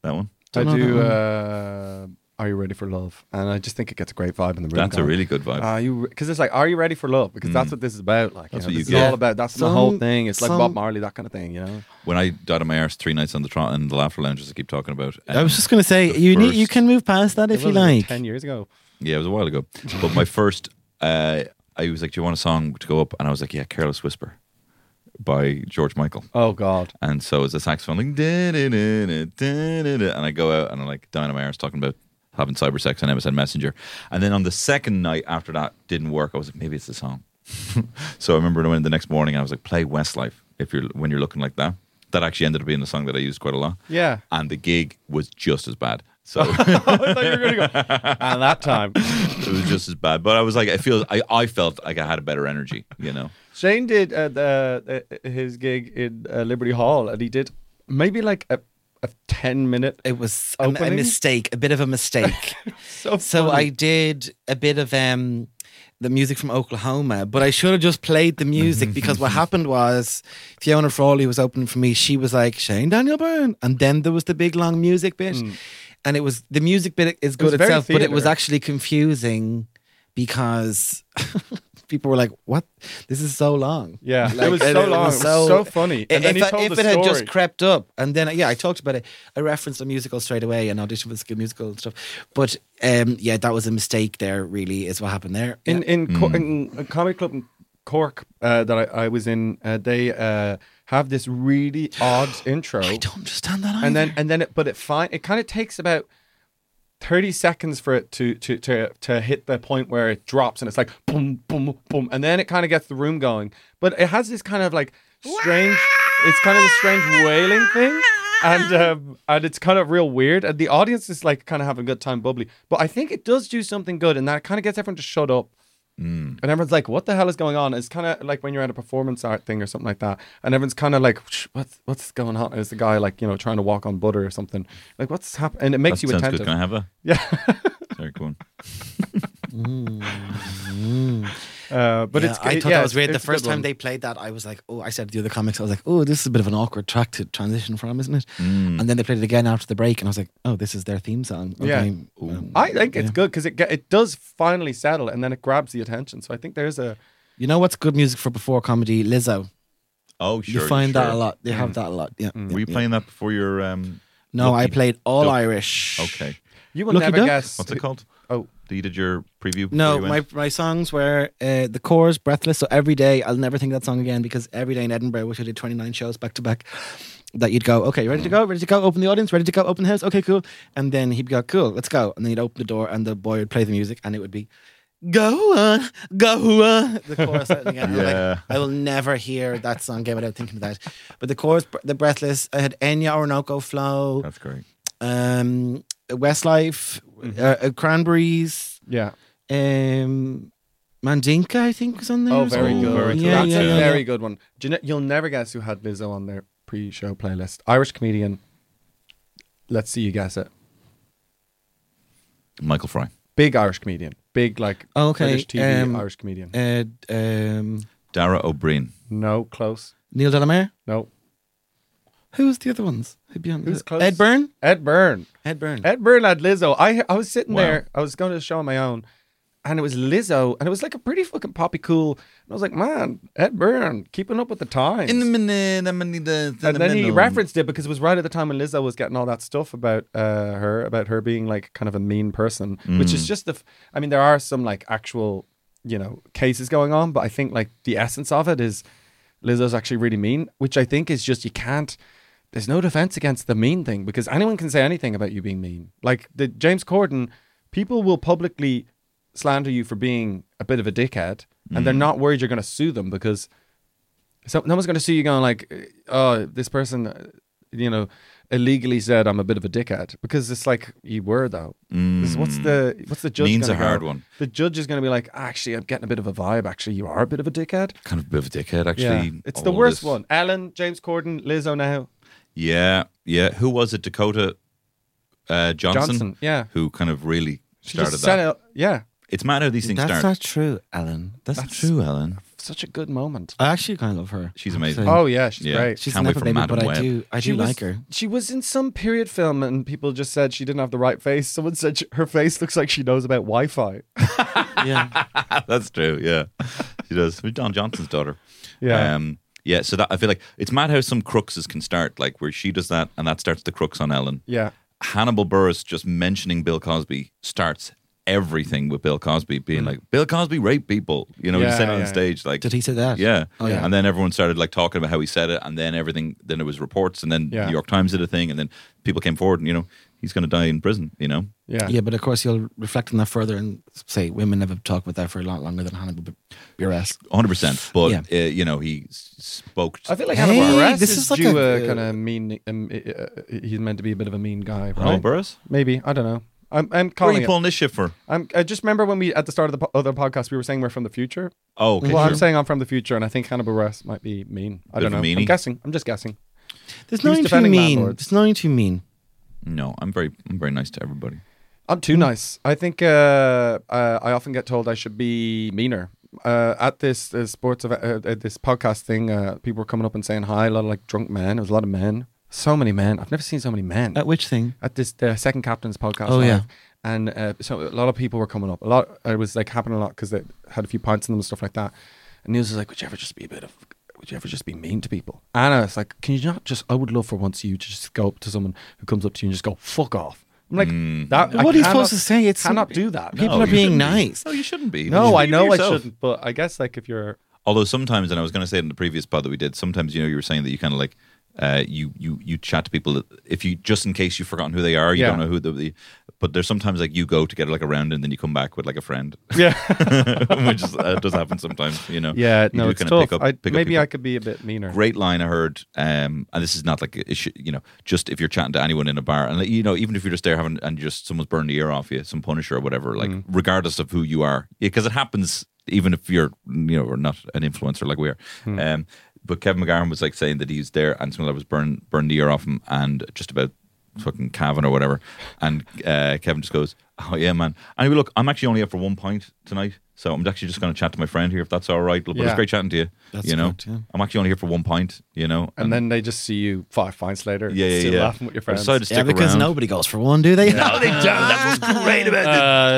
[SPEAKER 3] That one.
[SPEAKER 2] I
[SPEAKER 4] Don't know
[SPEAKER 2] do.
[SPEAKER 4] that one.
[SPEAKER 2] Uh, are you ready for love? And I just think it gets a great vibe in the room.
[SPEAKER 3] That's a really good vibe. Mm.
[SPEAKER 2] Are you because it's like, are you ready for love? Because that's what this is about. Like,
[SPEAKER 3] That's
[SPEAKER 2] you know, this
[SPEAKER 3] what you
[SPEAKER 2] is
[SPEAKER 3] get.
[SPEAKER 2] all about. That's the whole
[SPEAKER 4] Some-
[SPEAKER 2] thing. It's like Bob
[SPEAKER 4] some-
[SPEAKER 2] Marley, that kind of thing. You know,
[SPEAKER 3] when I died on my arse three nights on the trot and the laughter lounges, I keep talking about.
[SPEAKER 4] I was
[SPEAKER 3] um,
[SPEAKER 4] just gonna say
[SPEAKER 3] the
[SPEAKER 4] you need you
[SPEAKER 3] first-
[SPEAKER 4] can move past that if
[SPEAKER 2] It
[SPEAKER 4] you
[SPEAKER 2] was like
[SPEAKER 4] like.
[SPEAKER 2] ten years ago.
[SPEAKER 3] Yeah, it was a while ago. But my first, uh, I was like, "Do you want a song to go up?" And I was like, "Yeah, Careless Whisper." By George Michael,
[SPEAKER 2] Oh God,
[SPEAKER 3] and so it's a saxophone like, "Da-da-da-da, da-da-da," and I go out and I'm like dying on my arse talking about having cyber sex on MSN Messenger, and then on the second night after that didn't work. I was like, maybe it's the song. so I remember when I went the next morning, I was like, play Westlife if you're when you're looking like that. That actually ended up being the song that I used quite a lot.
[SPEAKER 2] yeah.
[SPEAKER 3] and the gig was just as bad. So
[SPEAKER 2] I thought you were gonna go. and that time,
[SPEAKER 3] it was just as bad. But I was like, I feel, I, I felt like I had a better energy, you know.
[SPEAKER 2] Shane did uh, the, uh, his gig in uh, Liberty Hall, and he did maybe like a, a ten minute.
[SPEAKER 4] It was a, a
[SPEAKER 2] Opening?
[SPEAKER 4] mistake, a bit of a mistake.
[SPEAKER 2] So,
[SPEAKER 4] So
[SPEAKER 2] funny.
[SPEAKER 4] I did a bit of um the music from Oklahoma, but I should have just played the music because what happened was Fiona Frawley was opening for me. She was like Shane Daniel Byrne, and then there was the big long music bit, and it was the music bit is
[SPEAKER 2] Mm. was
[SPEAKER 4] good
[SPEAKER 2] very
[SPEAKER 4] itself, but it was
[SPEAKER 2] theatre.
[SPEAKER 4] actually confusing because people were like, "What? This is so long."
[SPEAKER 2] Yeah,
[SPEAKER 4] Like,
[SPEAKER 2] it was so
[SPEAKER 4] and
[SPEAKER 2] long. It was so, funny. And
[SPEAKER 4] if
[SPEAKER 2] then he
[SPEAKER 4] I-
[SPEAKER 2] told
[SPEAKER 4] if
[SPEAKER 2] the
[SPEAKER 4] it had
[SPEAKER 2] story.
[SPEAKER 4] just crept up, and then yeah, I talked about it. I referenced a musical straight away and auditioned for the school musical and stuff. But um, yeah, that was a mistake. There really is what happened there.
[SPEAKER 2] in
[SPEAKER 4] Yeah.
[SPEAKER 2] in, Co- in a comedy club in Cork uh, that I, I was in, uh, they uh, have this really odd intro,
[SPEAKER 4] I don't understand that.
[SPEAKER 2] and then
[SPEAKER 4] either.
[SPEAKER 2] and then it, but it fine it kind of takes about. 30 seconds for it to, to to to hit the point where it drops and it's like boom boom boom and then it kind of gets the room going but it has this kind of like strange it's kind of this strange wailing thing and um, and it's kind of real weird and the audience is like kind of having a good time bubbly but i think it does do something good and that kind of gets everyone to shut up and everyone's like, "What the hell is going on?" It's kind of like when you're at a performance art thing or something like that, and everyone's kind of like, "Shh, "What's what's going on?" Is the guy like you know trying to walk on butter or something? Like what's happening? And it
[SPEAKER 3] That
[SPEAKER 2] makes you
[SPEAKER 3] sounds good.
[SPEAKER 2] attentive.
[SPEAKER 3] Can I have a?
[SPEAKER 2] Yeah,
[SPEAKER 3] Sorry, go on.
[SPEAKER 2] uh, but
[SPEAKER 4] Yeah,
[SPEAKER 2] it's.
[SPEAKER 4] I
[SPEAKER 2] it-
[SPEAKER 4] thought
[SPEAKER 2] yeah,
[SPEAKER 4] that was
[SPEAKER 2] it's-
[SPEAKER 4] weird. The
[SPEAKER 2] it's a good
[SPEAKER 4] first time
[SPEAKER 2] one.
[SPEAKER 4] they played that, I was like, oh, I said to the other comics, I was like, oh, this is a bit of an awkward track to transition from, isn't it?
[SPEAKER 3] Mm.
[SPEAKER 4] And then they played it again after the break, and I was like, oh, this is their theme song. Okay.
[SPEAKER 2] Yeah.
[SPEAKER 4] Um,
[SPEAKER 2] I think it's
[SPEAKER 4] yeah.
[SPEAKER 2] good because it ge- it does finally settle and then it grabs the attention. So I think there's a
[SPEAKER 4] You know what's good music for before comedy? Lizzo.
[SPEAKER 3] Oh, sure.
[SPEAKER 4] you find that
[SPEAKER 3] sure. Mm.
[SPEAKER 4] a lot. They have that a lot. Yeah.
[SPEAKER 2] Mm.
[SPEAKER 4] yeah,
[SPEAKER 3] Were you
[SPEAKER 4] yeah.
[SPEAKER 3] playing that before your? Um,
[SPEAKER 4] No, I
[SPEAKER 3] Lucky-
[SPEAKER 4] played all
[SPEAKER 3] Lucky-
[SPEAKER 4] Irish.
[SPEAKER 3] Okay.
[SPEAKER 2] you will
[SPEAKER 4] Lucky
[SPEAKER 2] never
[SPEAKER 4] Duck?
[SPEAKER 2] guess.
[SPEAKER 3] What's it called?
[SPEAKER 2] Oh,
[SPEAKER 3] That You did your preview. before
[SPEAKER 4] No,
[SPEAKER 3] you went?
[SPEAKER 4] my, my songs were uh, the chorus, Breathless. So every day, I'll never think that song again because every day in Edinburgh, which I did 29 shows back to back, that you'd go, okay,
[SPEAKER 3] Mm.
[SPEAKER 4] ready to go, ready to go, open the audience, ready to go, open the house, okay, cool. And then he'd go, cool, let's go. And then he'd open the door and the boy would play the music and it would be, go on, go on. The chorus. out again. And I'm like,
[SPEAKER 3] Yeah.
[SPEAKER 4] I will never hear that song again without thinking of that. But the chorus, the Breathless, I had Enya Orinoco Flow,
[SPEAKER 3] That's great.
[SPEAKER 4] um, Westlife,
[SPEAKER 3] Mm-hmm.
[SPEAKER 4] uh, uh, Cranberries
[SPEAKER 2] yeah.
[SPEAKER 4] um Mandinka, I think, was on there.
[SPEAKER 2] Oh,
[SPEAKER 4] as
[SPEAKER 2] very
[SPEAKER 4] well.
[SPEAKER 2] good.
[SPEAKER 3] very
[SPEAKER 4] Yeah,
[SPEAKER 2] That's
[SPEAKER 4] yeah,
[SPEAKER 2] a
[SPEAKER 4] yeah,
[SPEAKER 2] very
[SPEAKER 4] yeah.
[SPEAKER 2] good one. Do you know, you'll never guess who had Lizzo on their pre-show playlist. Irish comedian. Let's see you guess it.
[SPEAKER 3] Michael Fry.
[SPEAKER 2] big Irish comedian, big like
[SPEAKER 4] Okay,
[SPEAKER 2] British TV
[SPEAKER 4] um,
[SPEAKER 2] Irish comedian.
[SPEAKER 4] Uh, um,
[SPEAKER 3] Dara O'Brien.
[SPEAKER 2] no, close.
[SPEAKER 4] Neil Delamere.
[SPEAKER 2] No,
[SPEAKER 4] Who was the other ones? Who'd be on?
[SPEAKER 2] Who's close?
[SPEAKER 4] Ed Byrne.
[SPEAKER 2] Ed Byrne.
[SPEAKER 4] Ed Byrne.
[SPEAKER 2] Ed Byrne had Lizzo. I I was sitting
[SPEAKER 3] Wow.
[SPEAKER 2] there. I was going to a show on my own, and it was Lizzo, and it was like a pretty fucking poppy cool. And I was like, man, Ed Byrne keeping up with the times.
[SPEAKER 3] minute, I'm in the.
[SPEAKER 2] and then he referenced it because it was right at the time when Lizzo was getting all that stuff about uh, her, about her being like kind of a mean person, which is just the. F- I mean, there are some like actual, you know, cases going on, but I think like the essence of it is Lizzo's actually really mean, which I think is just you can't. There's no defense against the mean thing because anyone can say anything about you being mean. Like the James Corden, people will publicly slander you for being a bit of a dickhead, and they're not worried you're going to sue them because so no one's going to see you going like, oh, this person, uh, you know, illegally said I'm a bit of a dickhead because it's like you were though. 'Cause What's the what's the judge?
[SPEAKER 3] Mm. Mean's
[SPEAKER 2] gonna
[SPEAKER 3] a hard
[SPEAKER 2] go?
[SPEAKER 3] one.
[SPEAKER 2] The judge is going to be like, actually, I'm getting a bit of a vibe. Actually, you are a bit of a dickhead.
[SPEAKER 3] Kind of a bit of a dickhead, actually.
[SPEAKER 2] it's the
[SPEAKER 3] all
[SPEAKER 2] worst
[SPEAKER 3] this.
[SPEAKER 2] one. Ellen, James Corden, Lizzo now.
[SPEAKER 3] Yeah, yeah. Who was it? Dakota uh, Johnson,
[SPEAKER 2] Johnson, yeah.
[SPEAKER 3] Who kind of really
[SPEAKER 2] She just
[SPEAKER 3] started
[SPEAKER 2] set
[SPEAKER 3] that.
[SPEAKER 2] out- yeah,
[SPEAKER 3] It's mad how these things
[SPEAKER 4] That's
[SPEAKER 3] start.
[SPEAKER 4] not true, Alan. That's, not
[SPEAKER 3] That's-
[SPEAKER 4] true, Alan.
[SPEAKER 2] such a good moment.
[SPEAKER 4] I actually kind of love her.
[SPEAKER 3] She's
[SPEAKER 4] I have to
[SPEAKER 3] amazing.
[SPEAKER 4] say.
[SPEAKER 2] Oh yeah, she's
[SPEAKER 3] Mm. Yeah.
[SPEAKER 2] great.
[SPEAKER 4] she's
[SPEAKER 3] Can't wait
[SPEAKER 4] never
[SPEAKER 3] for
[SPEAKER 4] baby,
[SPEAKER 3] Madam
[SPEAKER 4] but I
[SPEAKER 3] Web.
[SPEAKER 4] do. I
[SPEAKER 2] She
[SPEAKER 4] do
[SPEAKER 2] was,
[SPEAKER 4] like her.
[SPEAKER 2] She was in some period film, and people just said she didn't have the right face. Someone said sh her face looks like she knows about Wi-Fi.
[SPEAKER 4] Yeah.
[SPEAKER 3] That's true. Yeah, she does. Who's Don Johnson's daughter.
[SPEAKER 2] Yeah.
[SPEAKER 3] Um, yeah. So that I feel like it's mad how some cruxes can start, like where she does that, and that starts the crux on Ellen.
[SPEAKER 2] yeah,
[SPEAKER 3] Hannibal Burris just mentioning Bill Cosby starts everything with Bill Cosby being like, Bill Cosby raped people. You know, he
[SPEAKER 2] Yeah,
[SPEAKER 3] said it on
[SPEAKER 2] yeah.
[SPEAKER 3] stage like.
[SPEAKER 4] Mm. Did he say that?
[SPEAKER 3] Yeah.
[SPEAKER 4] Oh, yeah.
[SPEAKER 3] And then everyone started like talking about how he said it, and then everything. Then it was reports, and then
[SPEAKER 2] Yeah.
[SPEAKER 3] New York Times did a thing, and then people came forward, and you know, he's going to die in prison. You know,
[SPEAKER 2] yeah,
[SPEAKER 4] Yeah, but of course you'll reflect on that further and say women never talk about that for a lot longer than Hannibal B- Buress.
[SPEAKER 3] hundred percent. But
[SPEAKER 4] Yeah.
[SPEAKER 3] uh, you know, he s- spoke.
[SPEAKER 2] I feel like
[SPEAKER 4] Hey,
[SPEAKER 2] Hannibal Buress
[SPEAKER 4] this
[SPEAKER 2] is,
[SPEAKER 4] is like
[SPEAKER 2] due
[SPEAKER 4] a- uh,
[SPEAKER 2] a, kind of mean. Um, uh, uh, he's meant to be a bit of a mean guy, right?
[SPEAKER 3] Hannibal Burris.
[SPEAKER 2] Maybe I don't know. I'm, I'm
[SPEAKER 3] Where are
[SPEAKER 2] calling
[SPEAKER 3] you
[SPEAKER 2] it.
[SPEAKER 3] pulling this shit for?
[SPEAKER 2] I'm, I just remember when we at the start of the po- other podcast we were saying we're from the future.
[SPEAKER 3] Oh, okay,
[SPEAKER 2] well, I'm
[SPEAKER 3] sure.
[SPEAKER 2] saying I'm from the future, and I think Hannibal Buress might be mean. I
[SPEAKER 3] Bit
[SPEAKER 2] don't
[SPEAKER 3] of
[SPEAKER 2] know.
[SPEAKER 3] a
[SPEAKER 2] I'm
[SPEAKER 3] meanie.
[SPEAKER 2] guessing. I'm just guessing.
[SPEAKER 4] There's
[SPEAKER 2] He was
[SPEAKER 4] nothing too
[SPEAKER 2] defending
[SPEAKER 4] mean.
[SPEAKER 2] landlords.
[SPEAKER 4] There's nothing too mean.
[SPEAKER 3] No, I'm very, I'm very nice to everybody.
[SPEAKER 2] I'm too nice. I think uh, uh, I often get told I should be meaner. Uh, at this uh, sports event, uh, uh, this podcast thing, uh, people were coming up and saying hi. A lot of like drunk men. It was a lot of men. So many men. I've never seen so many men.
[SPEAKER 4] At which thing?
[SPEAKER 2] at this the second captain's podcast.
[SPEAKER 4] Oh,
[SPEAKER 2] live,
[SPEAKER 4] yeah.
[SPEAKER 2] and uh, so a lot of people were coming up. A lot it was like happening a lot because they had a few pints in them and stuff like that. And Niels was like, "Would you ever just be a bit of, would you ever just be mean to people?" And I was like, "Can you not just? I would love for once you to just go up to someone who comes up to you and just go fuck off." I'm like,
[SPEAKER 3] Mm.
[SPEAKER 2] "That I
[SPEAKER 4] What are you
[SPEAKER 2] cannot-
[SPEAKER 4] supposed to say? It's-
[SPEAKER 2] cannot do that."
[SPEAKER 4] People
[SPEAKER 3] No,
[SPEAKER 4] are
[SPEAKER 3] Oh, you
[SPEAKER 4] being
[SPEAKER 3] shouldn't be.
[SPEAKER 4] nice.
[SPEAKER 3] No, you shouldn't be. You
[SPEAKER 2] no,
[SPEAKER 3] should
[SPEAKER 2] I
[SPEAKER 3] be
[SPEAKER 2] know I
[SPEAKER 3] yourself.
[SPEAKER 2] shouldn't, but I guess like if you're
[SPEAKER 3] Although sometimes, and I was going to say it in the previous pod that we did, sometimes you know you were saying that you kind of like uh, you you you chat to people that if you just in case you've forgotten who they are, you
[SPEAKER 2] Yeah.
[SPEAKER 3] don't know who the, the. But there's sometimes like you go to get like a round and then you come back with like a friend,
[SPEAKER 2] yeah,
[SPEAKER 3] which is, uh, does happen sometimes. You know.
[SPEAKER 2] yeah,
[SPEAKER 3] You
[SPEAKER 2] no,
[SPEAKER 3] do
[SPEAKER 2] it's
[SPEAKER 3] kinda
[SPEAKER 2] tough.
[SPEAKER 3] pick up-
[SPEAKER 2] I,
[SPEAKER 3] pick up
[SPEAKER 2] maybe
[SPEAKER 3] people.
[SPEAKER 2] I could be a bit meaner.
[SPEAKER 3] great line I heard. Um, and this is not like it should, you know, just if you're chatting to anyone in a bar, and like, you know, even if you're just there having and just someone's burned the ear off you, some Punisher or whatever, like regardless of who you are, because it happens even if you're you know or not an influencer like we are. Um, but Kevin McGarren was like saying that he's there, and someone was burned burned the ear off him, and just about fucking Cavan or whatever, and uh, Kevin just goes, "Oh yeah, man." Anyway, look, I'm actually only up for one pint tonight. So I'm actually just going to chat to my friend here, if that's all right. But it's
[SPEAKER 2] Yeah.
[SPEAKER 3] great chatting to you.
[SPEAKER 4] That's
[SPEAKER 3] you know,
[SPEAKER 4] good, yeah.
[SPEAKER 3] I'm actually only here for one pint, you know.
[SPEAKER 2] And then they just see you five pints later,
[SPEAKER 3] yeah, yeah,
[SPEAKER 2] still
[SPEAKER 3] yeah.
[SPEAKER 2] laughing with your
[SPEAKER 3] I
[SPEAKER 2] friends.
[SPEAKER 3] decided to
[SPEAKER 4] Yeah,
[SPEAKER 3] stick
[SPEAKER 4] because
[SPEAKER 3] around.
[SPEAKER 4] nobody goes for one, do they?
[SPEAKER 3] No, they don't. That's what's great about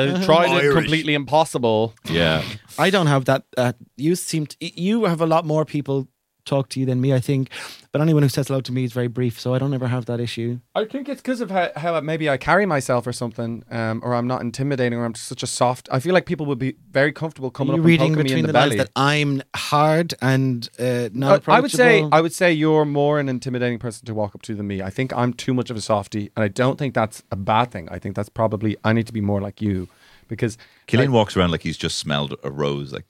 [SPEAKER 3] it.
[SPEAKER 2] uh, tried it
[SPEAKER 3] Irish.
[SPEAKER 2] completely impossible.
[SPEAKER 3] Yeah,
[SPEAKER 4] I don't have that. Uh, you seem to, y- you have a lot more people talk to you than me, I think. But anyone who says hello to me is very brief, so I don't ever have that issue.
[SPEAKER 2] I think it's because of how, how maybe I carry myself or something, um, or I'm not intimidating, or I'm such a soft. I feel like people would be very comfortable coming
[SPEAKER 4] You're
[SPEAKER 2] up and
[SPEAKER 4] reading
[SPEAKER 2] poking me
[SPEAKER 4] between
[SPEAKER 2] in
[SPEAKER 4] the,
[SPEAKER 2] the,
[SPEAKER 4] lines
[SPEAKER 2] belly.
[SPEAKER 4] that I'm hard and uh, not
[SPEAKER 2] I I would say
[SPEAKER 4] approachable.
[SPEAKER 2] I would say you're more an intimidating person to walk up to than me. I think I'm too much of a softie, and I don't think that's a bad thing. I think that's probably I need to be more like you because
[SPEAKER 3] Killian walks around like he's just smelled a rose. Like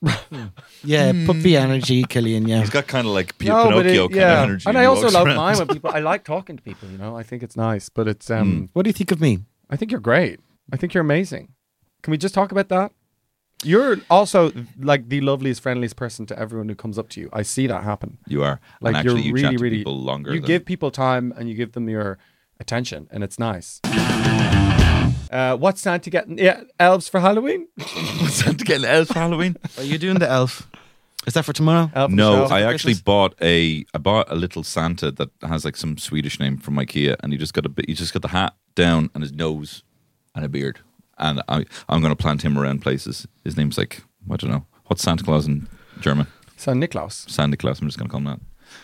[SPEAKER 4] yeah, puppy
[SPEAKER 2] Hmm.
[SPEAKER 4] energy, Killian. Yeah,
[SPEAKER 3] he's got kind of like P-
[SPEAKER 2] No, but it-
[SPEAKER 3] Pinocchio kind
[SPEAKER 2] yeah.
[SPEAKER 3] of energy.
[SPEAKER 2] And
[SPEAKER 3] when
[SPEAKER 2] I
[SPEAKER 3] he
[SPEAKER 2] also
[SPEAKER 3] walks
[SPEAKER 2] love
[SPEAKER 3] around.
[SPEAKER 2] mine when people. I like talking to people. You know, I think it's nice, but it's
[SPEAKER 3] Hmm.
[SPEAKER 2] um.
[SPEAKER 4] what do you think of me?
[SPEAKER 2] I think you're great. I think you're amazing. Can we just talk about that? You're also like the loveliest, friendliest person to everyone who comes up to you. I see that happen.
[SPEAKER 3] You are
[SPEAKER 2] Like
[SPEAKER 3] and actually
[SPEAKER 2] you're
[SPEAKER 3] you
[SPEAKER 2] really,
[SPEAKER 3] chat to
[SPEAKER 2] really
[SPEAKER 3] people longer.
[SPEAKER 2] You
[SPEAKER 3] than-
[SPEAKER 2] give people time and you give them your attention, and it's nice. Uh, what's Santa getting? Yeah, elves for Halloween.
[SPEAKER 3] What's that to get elves for Halloween.
[SPEAKER 4] Are you doing the elf? Is that for tomorrow?
[SPEAKER 2] Elf
[SPEAKER 3] No,
[SPEAKER 2] show.
[SPEAKER 3] I actually bought a I bought a little Santa that has like some Swedish name from IKEA, and he just got a bit. He just got the hat down and his nose and a beard, and I I'm going to plant him around places. His name's like I don't know what's Santa Claus in German.
[SPEAKER 2] San Niklaus.
[SPEAKER 3] Santa Claus. I'm just going to call him that.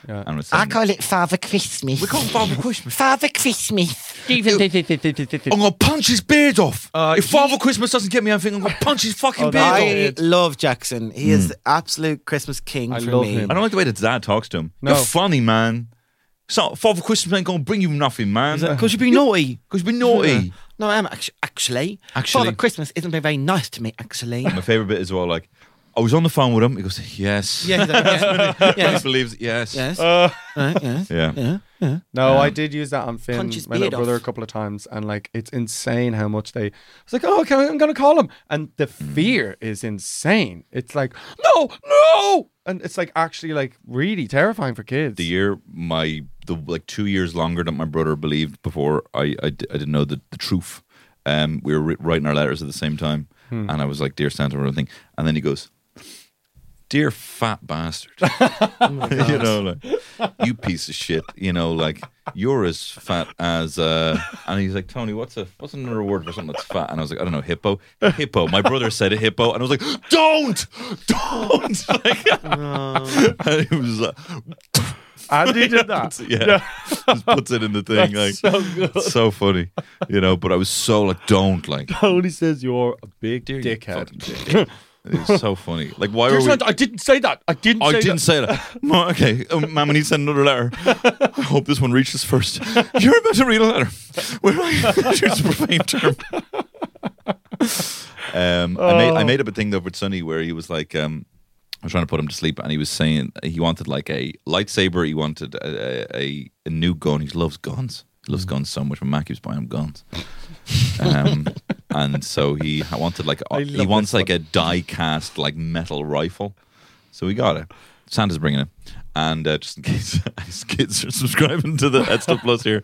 [SPEAKER 2] Yeah.
[SPEAKER 3] And it's Santa.
[SPEAKER 4] it Father Christmas. We call him Father Christmas. Father Christmas.
[SPEAKER 3] I'm gonna punch his beard off. if Father Christmas doesn't get me anything, I'm gonna punch his
[SPEAKER 4] Oh,
[SPEAKER 3] fucking beard off.
[SPEAKER 4] I love Jackson. He is the absolute Christmas king
[SPEAKER 2] Hmm. I
[SPEAKER 4] for
[SPEAKER 2] love
[SPEAKER 4] me.
[SPEAKER 2] him.
[SPEAKER 3] I don't like the way that Dad talks to him.
[SPEAKER 2] No.
[SPEAKER 3] You're funny, man. So Father Christmas ain't gonna bring you nothing, man. Because
[SPEAKER 4] Because you've been naughty.
[SPEAKER 3] you've been naughty.
[SPEAKER 4] No, I am actually. Actually,
[SPEAKER 3] Actually.
[SPEAKER 4] Father Christmas isn't been very nice to me. Actually,
[SPEAKER 3] My favorite bit is well, like I was on the phone with him. He goes, "Yes,
[SPEAKER 4] yeah, he's like, yeah,
[SPEAKER 3] he
[SPEAKER 4] yes,
[SPEAKER 3] believes it, yes,
[SPEAKER 4] yes,
[SPEAKER 3] Uh.
[SPEAKER 4] Right, yes,
[SPEAKER 3] yeah."
[SPEAKER 4] yeah. yeah.
[SPEAKER 2] No, I did use that on Finn,
[SPEAKER 4] punch his
[SPEAKER 2] my little
[SPEAKER 4] beard
[SPEAKER 2] brother,
[SPEAKER 4] off.
[SPEAKER 2] a couple of times, and like it's insane how much they. I was like, oh, okay, I'm gonna call him, and the fear is insane. It's like, no, no, and it's like actually like really terrifying for kids.
[SPEAKER 3] The year my the like two years longer than my brother believed before I I, di- I didn't know the, the truth. Um, we were ri writing our letters at the same time, and I was like, "Dear Santa," or thing, and then he goes, "Dear fat bastard," you know, like you piece of shit, you know, like you're as fat as uh and he's like tony what's a what's another word for something that's fat and i was like i don't know hippo hippo my brother said a hippo and i was like don't don't like, and he was uh, like
[SPEAKER 2] Andy did that.
[SPEAKER 3] yeah. just puts it in the thing. like so, funny. You know, but I was so like, don't like
[SPEAKER 2] Tony says you're a big
[SPEAKER 3] dear you fucking
[SPEAKER 2] dickhead.
[SPEAKER 3] dick. It was so funny. Like why were we
[SPEAKER 2] I didn't say that. I didn't.
[SPEAKER 3] I
[SPEAKER 2] say
[SPEAKER 3] didn't say that. No, okay, um, Mama needs to send another letter. I hope this one reaches first. You're about to read a letter. Where I use a profane term. Um, I, made, I
[SPEAKER 2] Oh.
[SPEAKER 3] made up a thing though with Sonny where he was like, um, I was trying to put him to sleep, and he was saying he wanted like a lightsaber. He wanted a, a- a, a new gun. He loves guns. He
[SPEAKER 2] Mm.
[SPEAKER 3] loves guns so much. When Mac keeps buying him guns, um, and so he ha- wanted like a, he
[SPEAKER 2] love
[SPEAKER 3] wants
[SPEAKER 2] this
[SPEAKER 3] like a die cast like metal rifle. So we got it. Santa's bringing it, and uh, just in case his kids are subscribing to the That Stuff Plus here,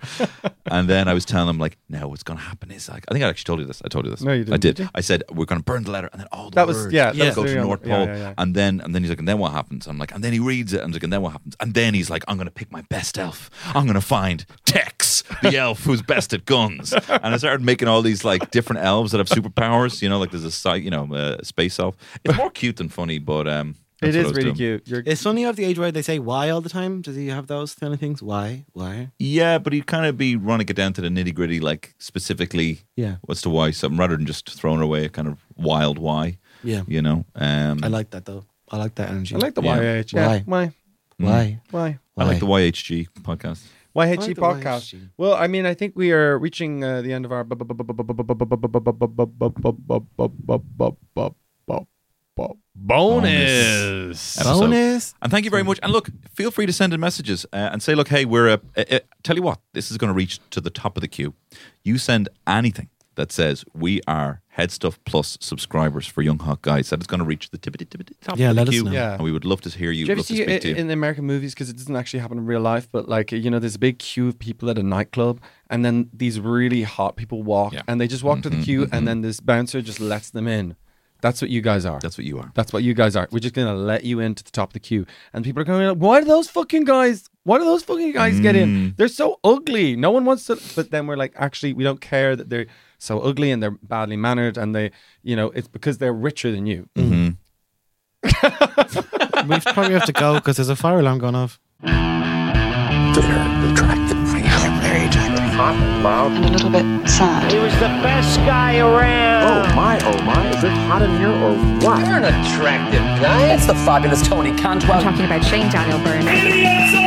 [SPEAKER 3] and then I was telling him like, no, what's going to happen is like, I think I actually told you this. I told you this.
[SPEAKER 2] No, you didn't,
[SPEAKER 3] I did.
[SPEAKER 2] did you?
[SPEAKER 3] I said we're going to burn the letter, and then all the
[SPEAKER 2] That was-
[SPEAKER 3] words
[SPEAKER 2] yeah, that was
[SPEAKER 3] go
[SPEAKER 2] the-
[SPEAKER 3] to North
[SPEAKER 2] yeah,
[SPEAKER 3] Pole,
[SPEAKER 2] yeah, yeah.
[SPEAKER 3] and then and then he's like, and then what happens? I'm like, and then he reads it, and I'm like, and then what happens? And then he's like, I'm gonna pick my best elf. I'm gonna find Tex. the elf who's best at guns. And I started making all these like different elves that have superpowers. You know, like there's a site, you know, uh, space elf. It's more cute than funny, but um,
[SPEAKER 2] It
[SPEAKER 3] that's what I
[SPEAKER 2] is
[SPEAKER 3] was
[SPEAKER 2] really
[SPEAKER 3] doing.
[SPEAKER 2] cute. You're,
[SPEAKER 4] Is Sonny of the age where they say why all the time? Does he have those kind of things? Why? Why?
[SPEAKER 3] Yeah, but he'd kind of be running it down to the nitty gritty, like specifically,
[SPEAKER 4] Yeah.
[SPEAKER 3] what's the why something rather than just throwing away a kind of wild why.
[SPEAKER 4] Yeah.
[SPEAKER 3] you know. Um,
[SPEAKER 4] I like that though. I like that energy.
[SPEAKER 2] I like the
[SPEAKER 3] Yeah.
[SPEAKER 2] YH. Yeah.
[SPEAKER 4] Why?
[SPEAKER 2] Why?
[SPEAKER 4] why.
[SPEAKER 2] Why?
[SPEAKER 3] I like the YHG podcast.
[SPEAKER 2] YHG
[SPEAKER 4] like the
[SPEAKER 2] podcast.
[SPEAKER 4] YHG.
[SPEAKER 2] Well, I mean, I think we are reaching uh, the end of our. bu- bu- bu- bu- bu- bu- bu- bu- bu- bu- bu- bu- bu- bu- bu- bu- bu- bu- bu- bu- bu- bonus.
[SPEAKER 3] episode.
[SPEAKER 4] Bonus.
[SPEAKER 3] And thank you very much. And look, feel free to send in messages uh, and say, look, hey, we're a. Uh, uh, tell you what, this is going to reach to the top of the queue. You send anything that says we are Head Stuff Plus subscribers for Young Hot Guys. That is going to reach the tippity tippity top
[SPEAKER 4] Yeah,
[SPEAKER 3] of the
[SPEAKER 4] let us
[SPEAKER 3] queue.
[SPEAKER 4] know.
[SPEAKER 2] Yeah.
[SPEAKER 3] And we would love to hear you.
[SPEAKER 2] Do you ever
[SPEAKER 3] love to
[SPEAKER 2] see
[SPEAKER 3] speak
[SPEAKER 2] it
[SPEAKER 3] to you.
[SPEAKER 2] in the American movies? Because it doesn't actually happen in real life, but like, you know, there's a big queue of people at a nightclub, and then these really hot people walk,
[SPEAKER 3] Yeah. Mm-hmm,
[SPEAKER 2] and they just walk to the queue, and then this bouncer just lets them in. That's what you guys are.
[SPEAKER 3] That's what you are.
[SPEAKER 2] That's what you guys are. We're just gonna let you into the top of the queue, and people are going, "Why do those fucking guys? Why do those fucking guys get in? They're so ugly. No one wants to." But then we're like, actually, we don't care that they're so ugly and they're badly mannered, and they, you know, it's because they're richer than you.
[SPEAKER 4] we probably have to go because there's a fire alarm going off.
[SPEAKER 8] Hot, loud.
[SPEAKER 6] and a little bit sad.
[SPEAKER 7] He was the best guy around.
[SPEAKER 8] Oh my, oh my, is it hot in here or what?
[SPEAKER 9] You're an attractive guy. It's the fabulous Tony Cantwell.
[SPEAKER 10] talking about Shane Daniel Byrne.
[SPEAKER 7] Idiots